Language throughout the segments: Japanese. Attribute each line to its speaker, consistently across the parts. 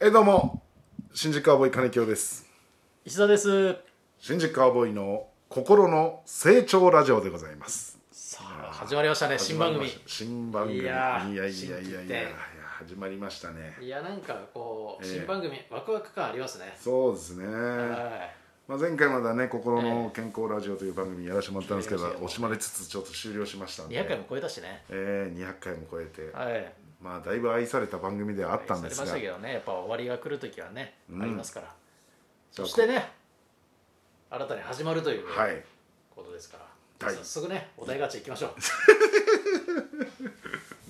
Speaker 1: えどうも新宿カウボーイ金城です
Speaker 2: 石田です
Speaker 1: 新宿カウボーイの心の成長ラジオでございます
Speaker 2: さあ始まりましたね新番組
Speaker 1: 始まりました新番組
Speaker 2: いやー
Speaker 1: いやいやいや
Speaker 2: 新規
Speaker 1: い
Speaker 2: って
Speaker 1: やいや始まりましたね
Speaker 2: いやなんかこう、
Speaker 1: ええ
Speaker 2: 新番組ワクワク感ありますね、
Speaker 1: そうですね、
Speaker 2: は
Speaker 1: まあ、前回まだね「心の健康ラジオ」という番組やらせてもらったんですけど
Speaker 2: 終了しま
Speaker 1: 惜しまれつつちょっと終了しましたん
Speaker 2: い
Speaker 1: で
Speaker 2: 200回も超えたしね
Speaker 1: えー、200回も超えて、
Speaker 2: はい
Speaker 1: まあだいぶ愛された番組ではあったんです
Speaker 2: されま
Speaker 1: が
Speaker 2: したけどねやっぱ終わりが来る時はね、
Speaker 1: うん
Speaker 2: ありますから
Speaker 1: じゃ
Speaker 2: そ
Speaker 1: あ
Speaker 2: してね新たに始まるという
Speaker 1: はい
Speaker 2: ことですから、
Speaker 1: はい
Speaker 2: 早速ねお題ガチャいき ましょう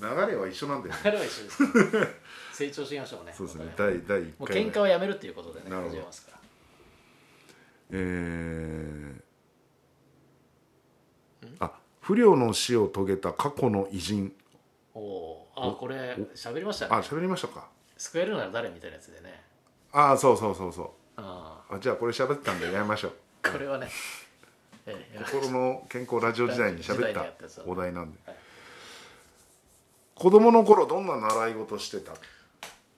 Speaker 1: 流れは一緒なんだよね
Speaker 2: 彼は一緒ですから成長していきましょうね
Speaker 1: そうですね
Speaker 2: お互い
Speaker 1: 第第1
Speaker 2: もう
Speaker 1: 回
Speaker 2: 喧嘩はやめるっていうことでね
Speaker 1: なるほど
Speaker 2: 始めますから
Speaker 1: えーあ不良の死を遂げた過去の偉人
Speaker 2: おおーあこれ喋りました
Speaker 1: あ
Speaker 2: ね
Speaker 1: 喋りましたか
Speaker 2: 救えるなら誰みたいなやつでね
Speaker 1: あそうそうそうそ
Speaker 2: あ
Speaker 1: うあじゃあこれ喋ってたんでやめまし ょう
Speaker 2: あこれはね、ええ、
Speaker 1: 心の健康ラジオ時代に喋っ
Speaker 2: 時代に
Speaker 1: た
Speaker 2: やったやつだ
Speaker 1: お題なんで、
Speaker 2: はい
Speaker 1: 子供の頃どんな習い事してた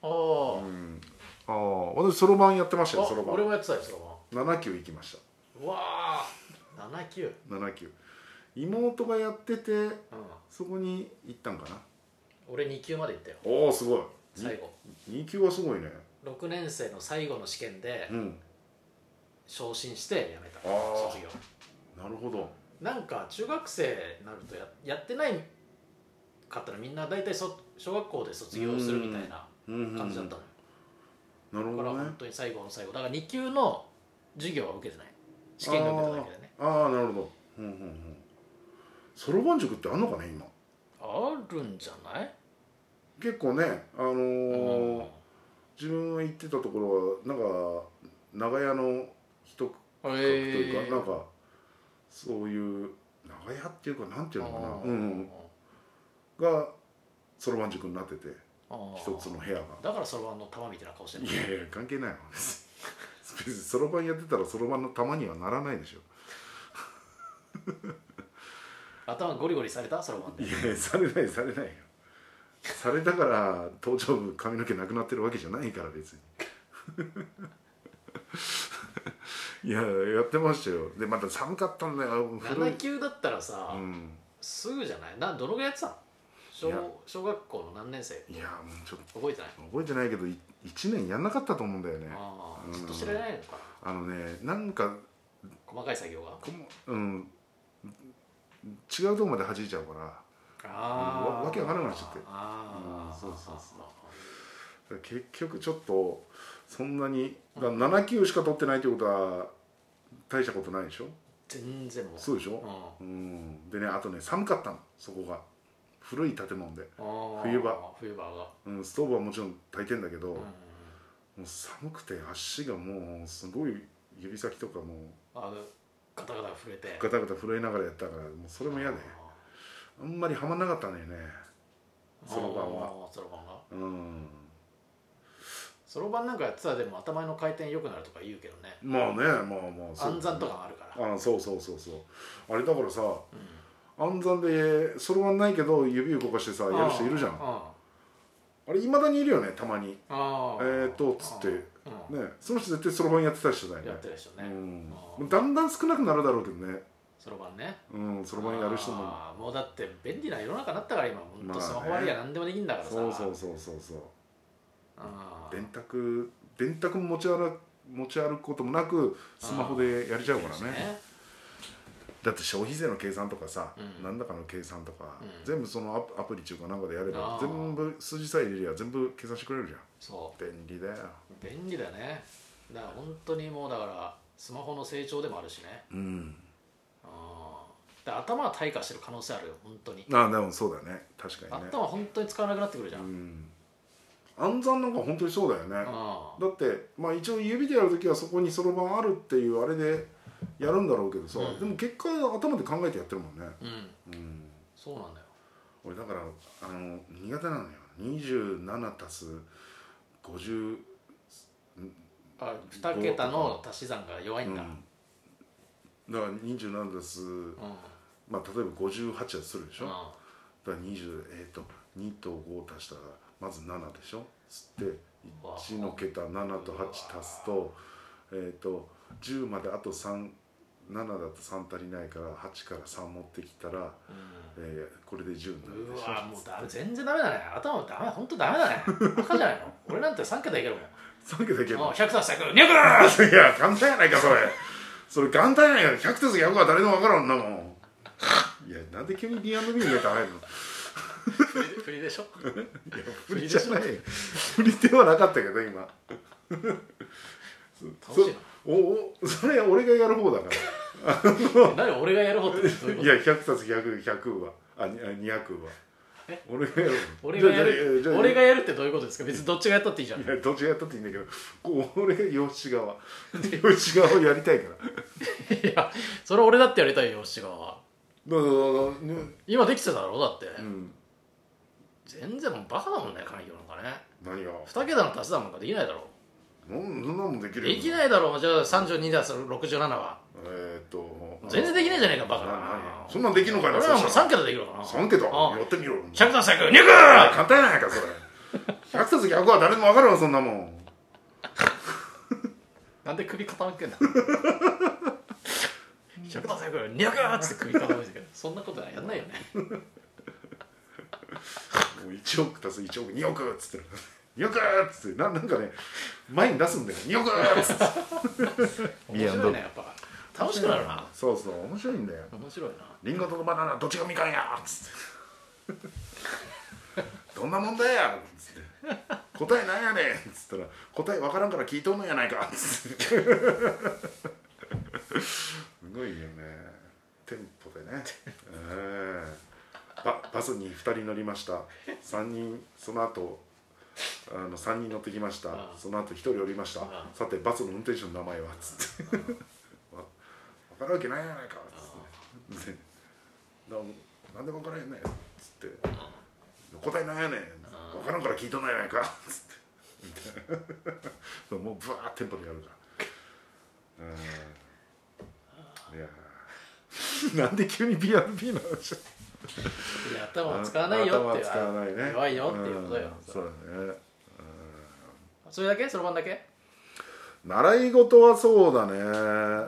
Speaker 2: おー
Speaker 1: ああ私そろばんやってましたよそろ
Speaker 2: あ俺
Speaker 1: ばん
Speaker 2: もやってたよそろ
Speaker 1: 7級行きまし
Speaker 2: ばんうわあ79うん
Speaker 1: た7級妹がやっててそこに行ったんかな
Speaker 2: 俺2級まで行ったよ
Speaker 1: おおすごい
Speaker 2: 最後
Speaker 1: 2級はすごいね
Speaker 2: 6年生の最後の試験で
Speaker 1: うん
Speaker 2: 昇進して辞めた
Speaker 1: あー
Speaker 2: 卒業
Speaker 1: なるほど
Speaker 2: なんか中学生になるとややってないかったらみんな大体そ小学校で卒業するみたいな
Speaker 1: 感
Speaker 2: 感じだったのよ、
Speaker 1: なるほ
Speaker 2: だから
Speaker 1: どね
Speaker 2: 本当に最後の最後だから2級の授業は受けてない試験が受けただけでね
Speaker 1: ああなるほどうんうんうんそろばん塾ってあんのかね今
Speaker 2: あるんじゃない
Speaker 1: 結構ねあのー
Speaker 2: うん
Speaker 1: 自分が行ってたところはなんか長屋の一区
Speaker 2: へ
Speaker 1: 画というか、
Speaker 2: え
Speaker 1: なんかそういう長屋っていうかなんていうのかな
Speaker 2: あー
Speaker 1: うんうん、がそろばん塾になってて
Speaker 2: あー
Speaker 1: 一つの部屋が
Speaker 2: だからそろばんの玉みたいな顔してる
Speaker 1: いやいや関係ないわ別にそろばんやってたらそろばんの玉にはならないでしょ
Speaker 2: 頭ゴリゴリされたそろばんで
Speaker 1: いやされないされないよされたから頭頂部髪の毛なくなってるわけじゃないから別に いややってましたよでまた寒かったんだよ古い
Speaker 2: 7級だったらさ、
Speaker 1: うん
Speaker 2: すぐじゃないなどのぐらいやってたの
Speaker 1: いや
Speaker 2: 小小学校の何年生
Speaker 1: いやもうちょっと
Speaker 2: 覚えてない
Speaker 1: 覚えてないけどい1年やんなかったと思うんだよね
Speaker 2: あ
Speaker 1: うん
Speaker 2: あずっと知らないのか
Speaker 1: あのねなんか
Speaker 2: 細かい作業が
Speaker 1: こもうん違うとこまで弾いちゃうから
Speaker 2: あ
Speaker 1: わわけわからなくなっちゃって
Speaker 2: ああ、
Speaker 1: うんそうそうそう結局ちょっとそんなにだ7級しか取ってないということは大したことないでしょ
Speaker 2: 全然もう
Speaker 1: そうでしょ
Speaker 2: うんあ
Speaker 1: うんでねあとね寒かったのそこが古い建物で、
Speaker 2: ー
Speaker 1: 冬場
Speaker 2: 冬場が、
Speaker 1: うん、ストーブはもちろん炊いてんだけど、
Speaker 2: うん
Speaker 1: もう寒くて足がもうすごい指先とかもう
Speaker 2: あのガタガタ震えて
Speaker 1: ガタガタ震えながらやったからもうそれも嫌であんまりはまんなかったんだよね
Speaker 2: あー
Speaker 1: そろばんは
Speaker 2: あーそろばんが
Speaker 1: うん
Speaker 2: そろばんなんかやってたらでも頭の回転良くなるとか言うけどね
Speaker 1: まあねまあまあそう
Speaker 2: 暗算とかもあるから
Speaker 1: あそうそうそうそうあれだからさ、暗算でそろばんないけど指動かしてさやる人いるじゃんあ
Speaker 2: あ
Speaker 1: れいまだにいるよねたまに
Speaker 2: あ
Speaker 1: えーっとつって
Speaker 2: うん
Speaker 1: ねその人絶対そろばんやってた人だよね
Speaker 2: やってる人
Speaker 1: う
Speaker 2: ね
Speaker 1: ん
Speaker 2: うん
Speaker 1: だんだん少なくなるだろうけどね
Speaker 2: そろばんね
Speaker 1: うんそろばんやる人も
Speaker 2: ああもうだって便利な世の中になったから今ほん
Speaker 1: まあ
Speaker 2: と
Speaker 1: ね
Speaker 2: スマホありや何でもできんだからさ
Speaker 1: そうそうそうそうそう
Speaker 2: ああ
Speaker 1: 電卓電卓も持ち歩持ち歩くこともなくスマホでやれちゃうからねだって消費税の計算とかさ、
Speaker 2: うん
Speaker 1: なんだかの計算とか、
Speaker 2: うん
Speaker 1: 全部そのアプアプリ中かなんかでやれば
Speaker 2: あー
Speaker 1: 全部数字さえ入れりゃ全部計算してくれるじゃん
Speaker 2: そ
Speaker 1: 便利だよ
Speaker 2: う便利だねだから本当にもうだからスマホの成長でもあるしね
Speaker 1: うん
Speaker 2: ああだから頭は退化してる可能性あるよ本当に
Speaker 1: あでもそうだね確かにね
Speaker 2: 頭本当に使わなくなってくるじゃ
Speaker 1: うんん暗算なんか本当にそうだよね、
Speaker 2: あ
Speaker 1: だってまあ一応指でやるときはそこにそろばんあるっていうあれでやるんだろうけどさ、
Speaker 2: うん
Speaker 1: でも結果頭で考えてやってるもんね
Speaker 2: あうん
Speaker 1: うん
Speaker 2: そうなんだよ
Speaker 1: 俺だからあの苦手なのよ27足す50
Speaker 2: あ2桁の足し算が弱いんだ、うん
Speaker 1: うん、だから27足す、まあ、例えば58だとするでしょ、
Speaker 2: うん
Speaker 1: だから20えっ、と2と5足したらまず7でしょつって
Speaker 2: わ
Speaker 1: 1の桁7と8足すとえっ、と10まであと37だと3足りないから8から3持ってきたら、えーこれで10になる
Speaker 2: う
Speaker 1: でし
Speaker 2: わも
Speaker 1: ょ
Speaker 2: うダメ全然ダメだね頭ダメ本当ダメだね赤じゃな いの俺なんて3桁いけるもん
Speaker 1: 3桁いける
Speaker 2: あ
Speaker 1: の
Speaker 2: 100足したく200
Speaker 1: いや簡単やないかそれそれ簡単やないか100足す100は誰でも分からんなもんいやなんで急に B&B に入れて入るの
Speaker 2: 振りでしょ
Speaker 1: 振りじゃない振りではなかったけど今
Speaker 2: 楽しい
Speaker 1: おおそれ俺がやる方だか
Speaker 2: な何俺がやる方ってどういう
Speaker 1: ら
Speaker 2: こ
Speaker 1: い
Speaker 2: と
Speaker 1: や100冊100 100はあにあ200は
Speaker 2: え
Speaker 1: 俺がやる
Speaker 2: 俺がや
Speaker 1: じゃ
Speaker 2: る
Speaker 1: あじゃあ
Speaker 2: 俺がやるってどういうことですか別にどっちがやったっていいじゃん
Speaker 1: いやどっちがやったっていいんだけどこう俺が吉川吉川をやりたいからだか
Speaker 2: いやそれ俺だってやりたいよ吉川は
Speaker 1: らね
Speaker 2: 今できてただろうだって、
Speaker 1: うん
Speaker 2: 全然もうバカだもんね環境なんかね
Speaker 1: 何が
Speaker 2: 2桁の足し算なんかできないだろ
Speaker 1: なんそんなもんでき
Speaker 2: う
Speaker 1: る
Speaker 2: でき
Speaker 1: い
Speaker 2: ないだろうじゃあ32だする67は
Speaker 1: えーっと
Speaker 2: 全然できないじゃねえかバカな
Speaker 1: ななそんなんできんのかいな
Speaker 2: 俺はもう
Speaker 1: そした
Speaker 2: 3桁できるかな
Speaker 1: ら3桁
Speaker 2: ああ
Speaker 1: やってみろ
Speaker 2: 100足したく
Speaker 1: あ
Speaker 2: 200
Speaker 1: 簡単やないかそれ100冊100は誰でも分かるわそんなもん
Speaker 2: なんで首傾 けんだ100足したく200っつって首傾けてるそんなことはやんないよね
Speaker 1: もう1億足す1億2億っつって2億っつってななんかね前に出すんだよ2億っつってい
Speaker 2: 面
Speaker 1: や
Speaker 2: 白いねやっぱ楽しくなるな
Speaker 1: そうそう面白いんだよ
Speaker 2: 面白いな
Speaker 1: リンゴとバナナどっちがみかんやっつってどんな問題やっつって答えなんやねんっつったら答え分からんから聞いとんのやないかっつってすごいよねテンポでねええババスに2人乗りました3人その後あの3人乗ってきました
Speaker 2: ああ
Speaker 1: その後1人降りました
Speaker 2: ああ
Speaker 1: さてバスの運転手の名前はっつって わ分かるわけないやないかっつってでなんなんで分からへんねんっつって答えなんやねん
Speaker 2: あー
Speaker 1: 分からんから聞いとんのやないかっつってみたいな もうブワーッテンポでやるからうんいやー なんで急に BRB の話
Speaker 2: いや頭を使わないよって
Speaker 1: 頭使わないね
Speaker 2: 弱いよっていうことよ
Speaker 1: うんそうだね
Speaker 2: それだけそろばんだけ
Speaker 1: 習い事はそうだね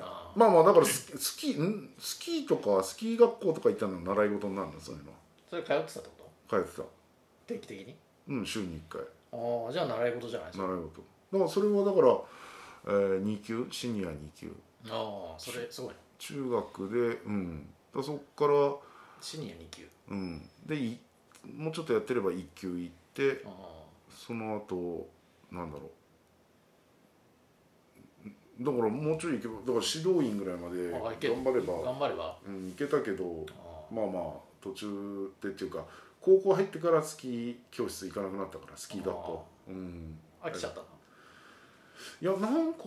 Speaker 2: あ
Speaker 1: まあまあだからススキーんスキーとかスキー学校とか行ったの習い事になるのそういうの
Speaker 2: それ通ってたってこと
Speaker 1: 通ってた
Speaker 2: 定期的に
Speaker 1: うん週に1回
Speaker 2: ああじゃあ習い事じゃないですか
Speaker 1: 習い事だからそれはだから、えー、2級シニア2級
Speaker 2: ああそれすごいね
Speaker 1: 中学でうんだそっから
Speaker 2: シニア2級
Speaker 1: うんでいもうちょっとやってれば1級行って
Speaker 2: あ
Speaker 1: その後なんだろうんだからもうちょい行けばだから指導員ぐらいまで
Speaker 2: ああいけ
Speaker 1: 頑張れば、
Speaker 2: 頑張れば
Speaker 1: うん、行けたけど
Speaker 2: ああ
Speaker 1: まあまあ途中でっていうか高校入ってからスキー教室行かなくなったからスキー学校うん
Speaker 2: 飽きちゃったない
Speaker 1: やなんか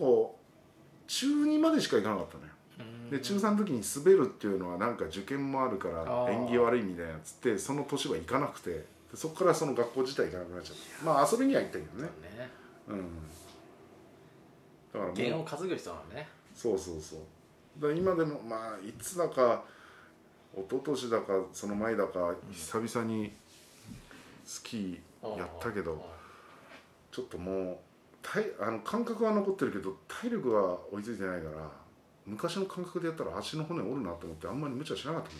Speaker 1: 中2までしか行かなかったのよ
Speaker 2: うん
Speaker 1: で中3の時に滑るっていうのはなんか受験もあるか
Speaker 2: あ
Speaker 1: ら
Speaker 2: ー
Speaker 1: 縁起悪いみたいなやつってその年は行かなくてでそこからその学校自体行かなくなっちゃったまあ遊びには行ったけどね
Speaker 2: ね
Speaker 1: うんだから
Speaker 2: 弦
Speaker 1: もう
Speaker 2: を担ぐ人なのね
Speaker 1: そうそうそうだから今でもまあいつだか一昨年だかその前だか久々にスキーやったけどちょっともう体あの感覚は残ってるけど体力が追いついてないから昔の感覚でやったら足の骨折るなと思ってあんまり無茶しなかった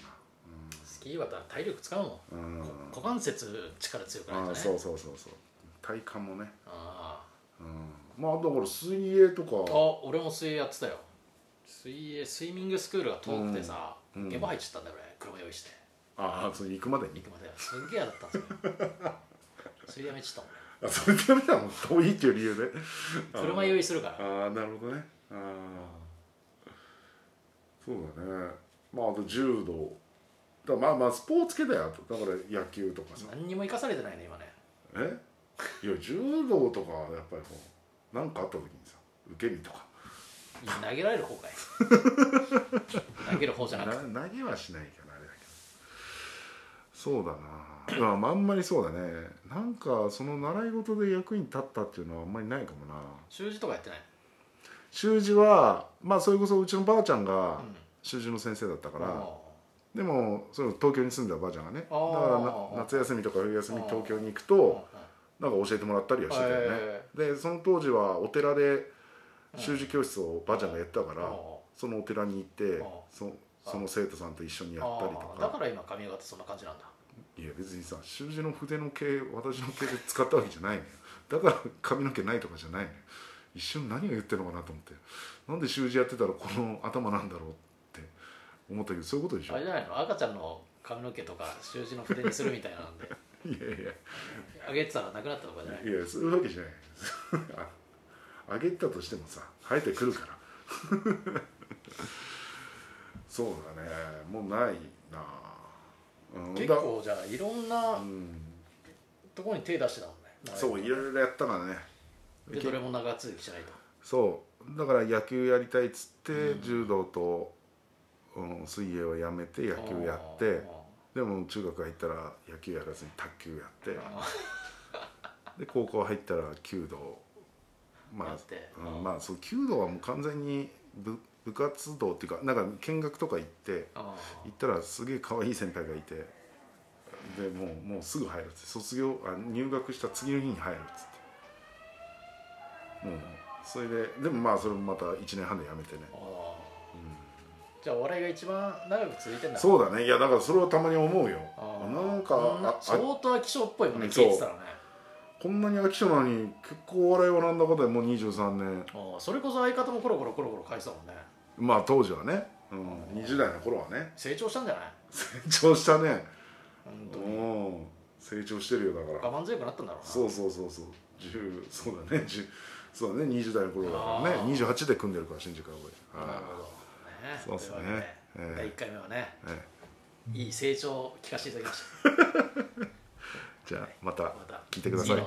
Speaker 2: スキーは体力使うもん
Speaker 1: もんなうん
Speaker 2: 股関節力強くない
Speaker 1: あ
Speaker 2: と
Speaker 1: あ
Speaker 2: ね
Speaker 1: そうそうそうそう体幹もね
Speaker 2: あ
Speaker 1: うんまあだから水泳と
Speaker 2: あ
Speaker 1: か
Speaker 2: あ俺も水泳やってたよ水泳スイミングスクールが遠くてさ
Speaker 1: うんうん
Speaker 2: 現場入っちゃったんだよ俺車用意して
Speaker 1: ああそれ行くまでに
Speaker 2: 行くまですっげえ嫌だったんですよ水泳やめちゃった
Speaker 1: あそれでやめたの 遠いっていう理由で
Speaker 2: もん車用意するから
Speaker 1: ああなるほどねああそうだねまああと柔道だからまあまあスポーツ系だよあとだから野球とかさ
Speaker 2: 何にも生かされてないね今ね
Speaker 1: えいや柔道とかはやっぱりこう何かあった時にさ受け身とか
Speaker 2: いや投げられる方 かい投げる方じゃ
Speaker 1: な
Speaker 2: なくて
Speaker 1: 投げはしないかなあれだけどそうだなまあまああんまりそうだねなんかその習い事で役に立ったっていうのはあんまりないかもな
Speaker 2: 習字とかやってない
Speaker 1: 習字はまあそれこそうちのばあちゃんが
Speaker 2: うん
Speaker 1: 習字の先生だったから、
Speaker 2: あ
Speaker 1: でもそれも東京に住んでたばあちゃんがねだ
Speaker 2: あー
Speaker 1: からな夏休みとか冬休み
Speaker 2: あー
Speaker 1: 東京に行く
Speaker 2: うん
Speaker 1: となんか教えてもらったりはしてたよね、
Speaker 2: へ
Speaker 1: でその当時はお寺で習字教室をばあちゃんがやってたか
Speaker 2: うん
Speaker 1: ら、そのお寺に行って
Speaker 2: ああ
Speaker 1: そその生徒さんと一緒にやったりと
Speaker 2: あーだ
Speaker 1: か
Speaker 2: から今髪型そんな感じなんだ
Speaker 1: いや別にさ習字の筆の毛私の毛で使ったわけじゃないのよ だから髪の毛ないとかじゃないのよ一瞬何を言ってるのかなと思ってなんで習字やってたらこの頭なんだろうって思ったけどそういうことでしょ
Speaker 2: あれじゃないの赤ちゃんの髪の毛とか習字の筆にするみたいな んで
Speaker 1: いやいや
Speaker 2: あげてたらなくなったとかじゃない
Speaker 1: いやそういうわけじゃない あ上げたとしてもさ生えてくるから そうだねもうないなうん
Speaker 2: 結
Speaker 1: だ
Speaker 2: 構じゃあいろんな
Speaker 1: うん
Speaker 2: ところに手出してたもんね
Speaker 1: そういろいろやったからね
Speaker 2: でどれも長続きしないと
Speaker 1: そうだから野球やりたいっつって、柔道と、うん、水泳をやめて野球やってでも中学入ったら野球やらずに卓球やって
Speaker 2: あー
Speaker 1: で高校入ったら弓道ま
Speaker 2: や
Speaker 1: あ
Speaker 2: って
Speaker 1: うん、まあそう弓道はもう完全に部部活動っていうかなんか見学とか行って
Speaker 2: あ
Speaker 1: 行ったらすげえ可愛い先輩がいてでもうもうすぐ入るっつって卒業あ入学した次の日に入るっつってもうそれででもまあそれもまた1年半でやめてね
Speaker 2: ーあーじゃあお笑いが一番長く続いてんだ
Speaker 1: そうだねいやだからそれをたまに思うよ
Speaker 2: あー
Speaker 1: なんか
Speaker 2: こんな
Speaker 1: あ
Speaker 2: 相
Speaker 1: あ
Speaker 2: 当飽き性っぽいもんね
Speaker 1: うん
Speaker 2: 聞いてたらね
Speaker 1: こんなに飽き性なのに結構お笑いはなんだかでもう23年
Speaker 2: あーそれこそ相方もコロコロコロコロ返したもんね
Speaker 1: まあ当時はね、うん、20代の頃はね
Speaker 2: 成長したんじゃない
Speaker 1: 成長したね
Speaker 2: 本当に
Speaker 1: うん成長してるよだから
Speaker 2: 我慢強くなったんだろうな
Speaker 1: そうそうそうそう10そうだね10そうだね20代の頃だから
Speaker 2: あ
Speaker 1: ね28で組んでるから新宿アボイ
Speaker 2: なる
Speaker 1: は
Speaker 2: ほどね
Speaker 1: そうっすね
Speaker 2: とい
Speaker 1: ええ
Speaker 2: わけで第1回目はね
Speaker 1: い、え
Speaker 2: いい成長を聞かせていただきまし
Speaker 1: えじゃあまた
Speaker 2: たまた
Speaker 1: 聞いてください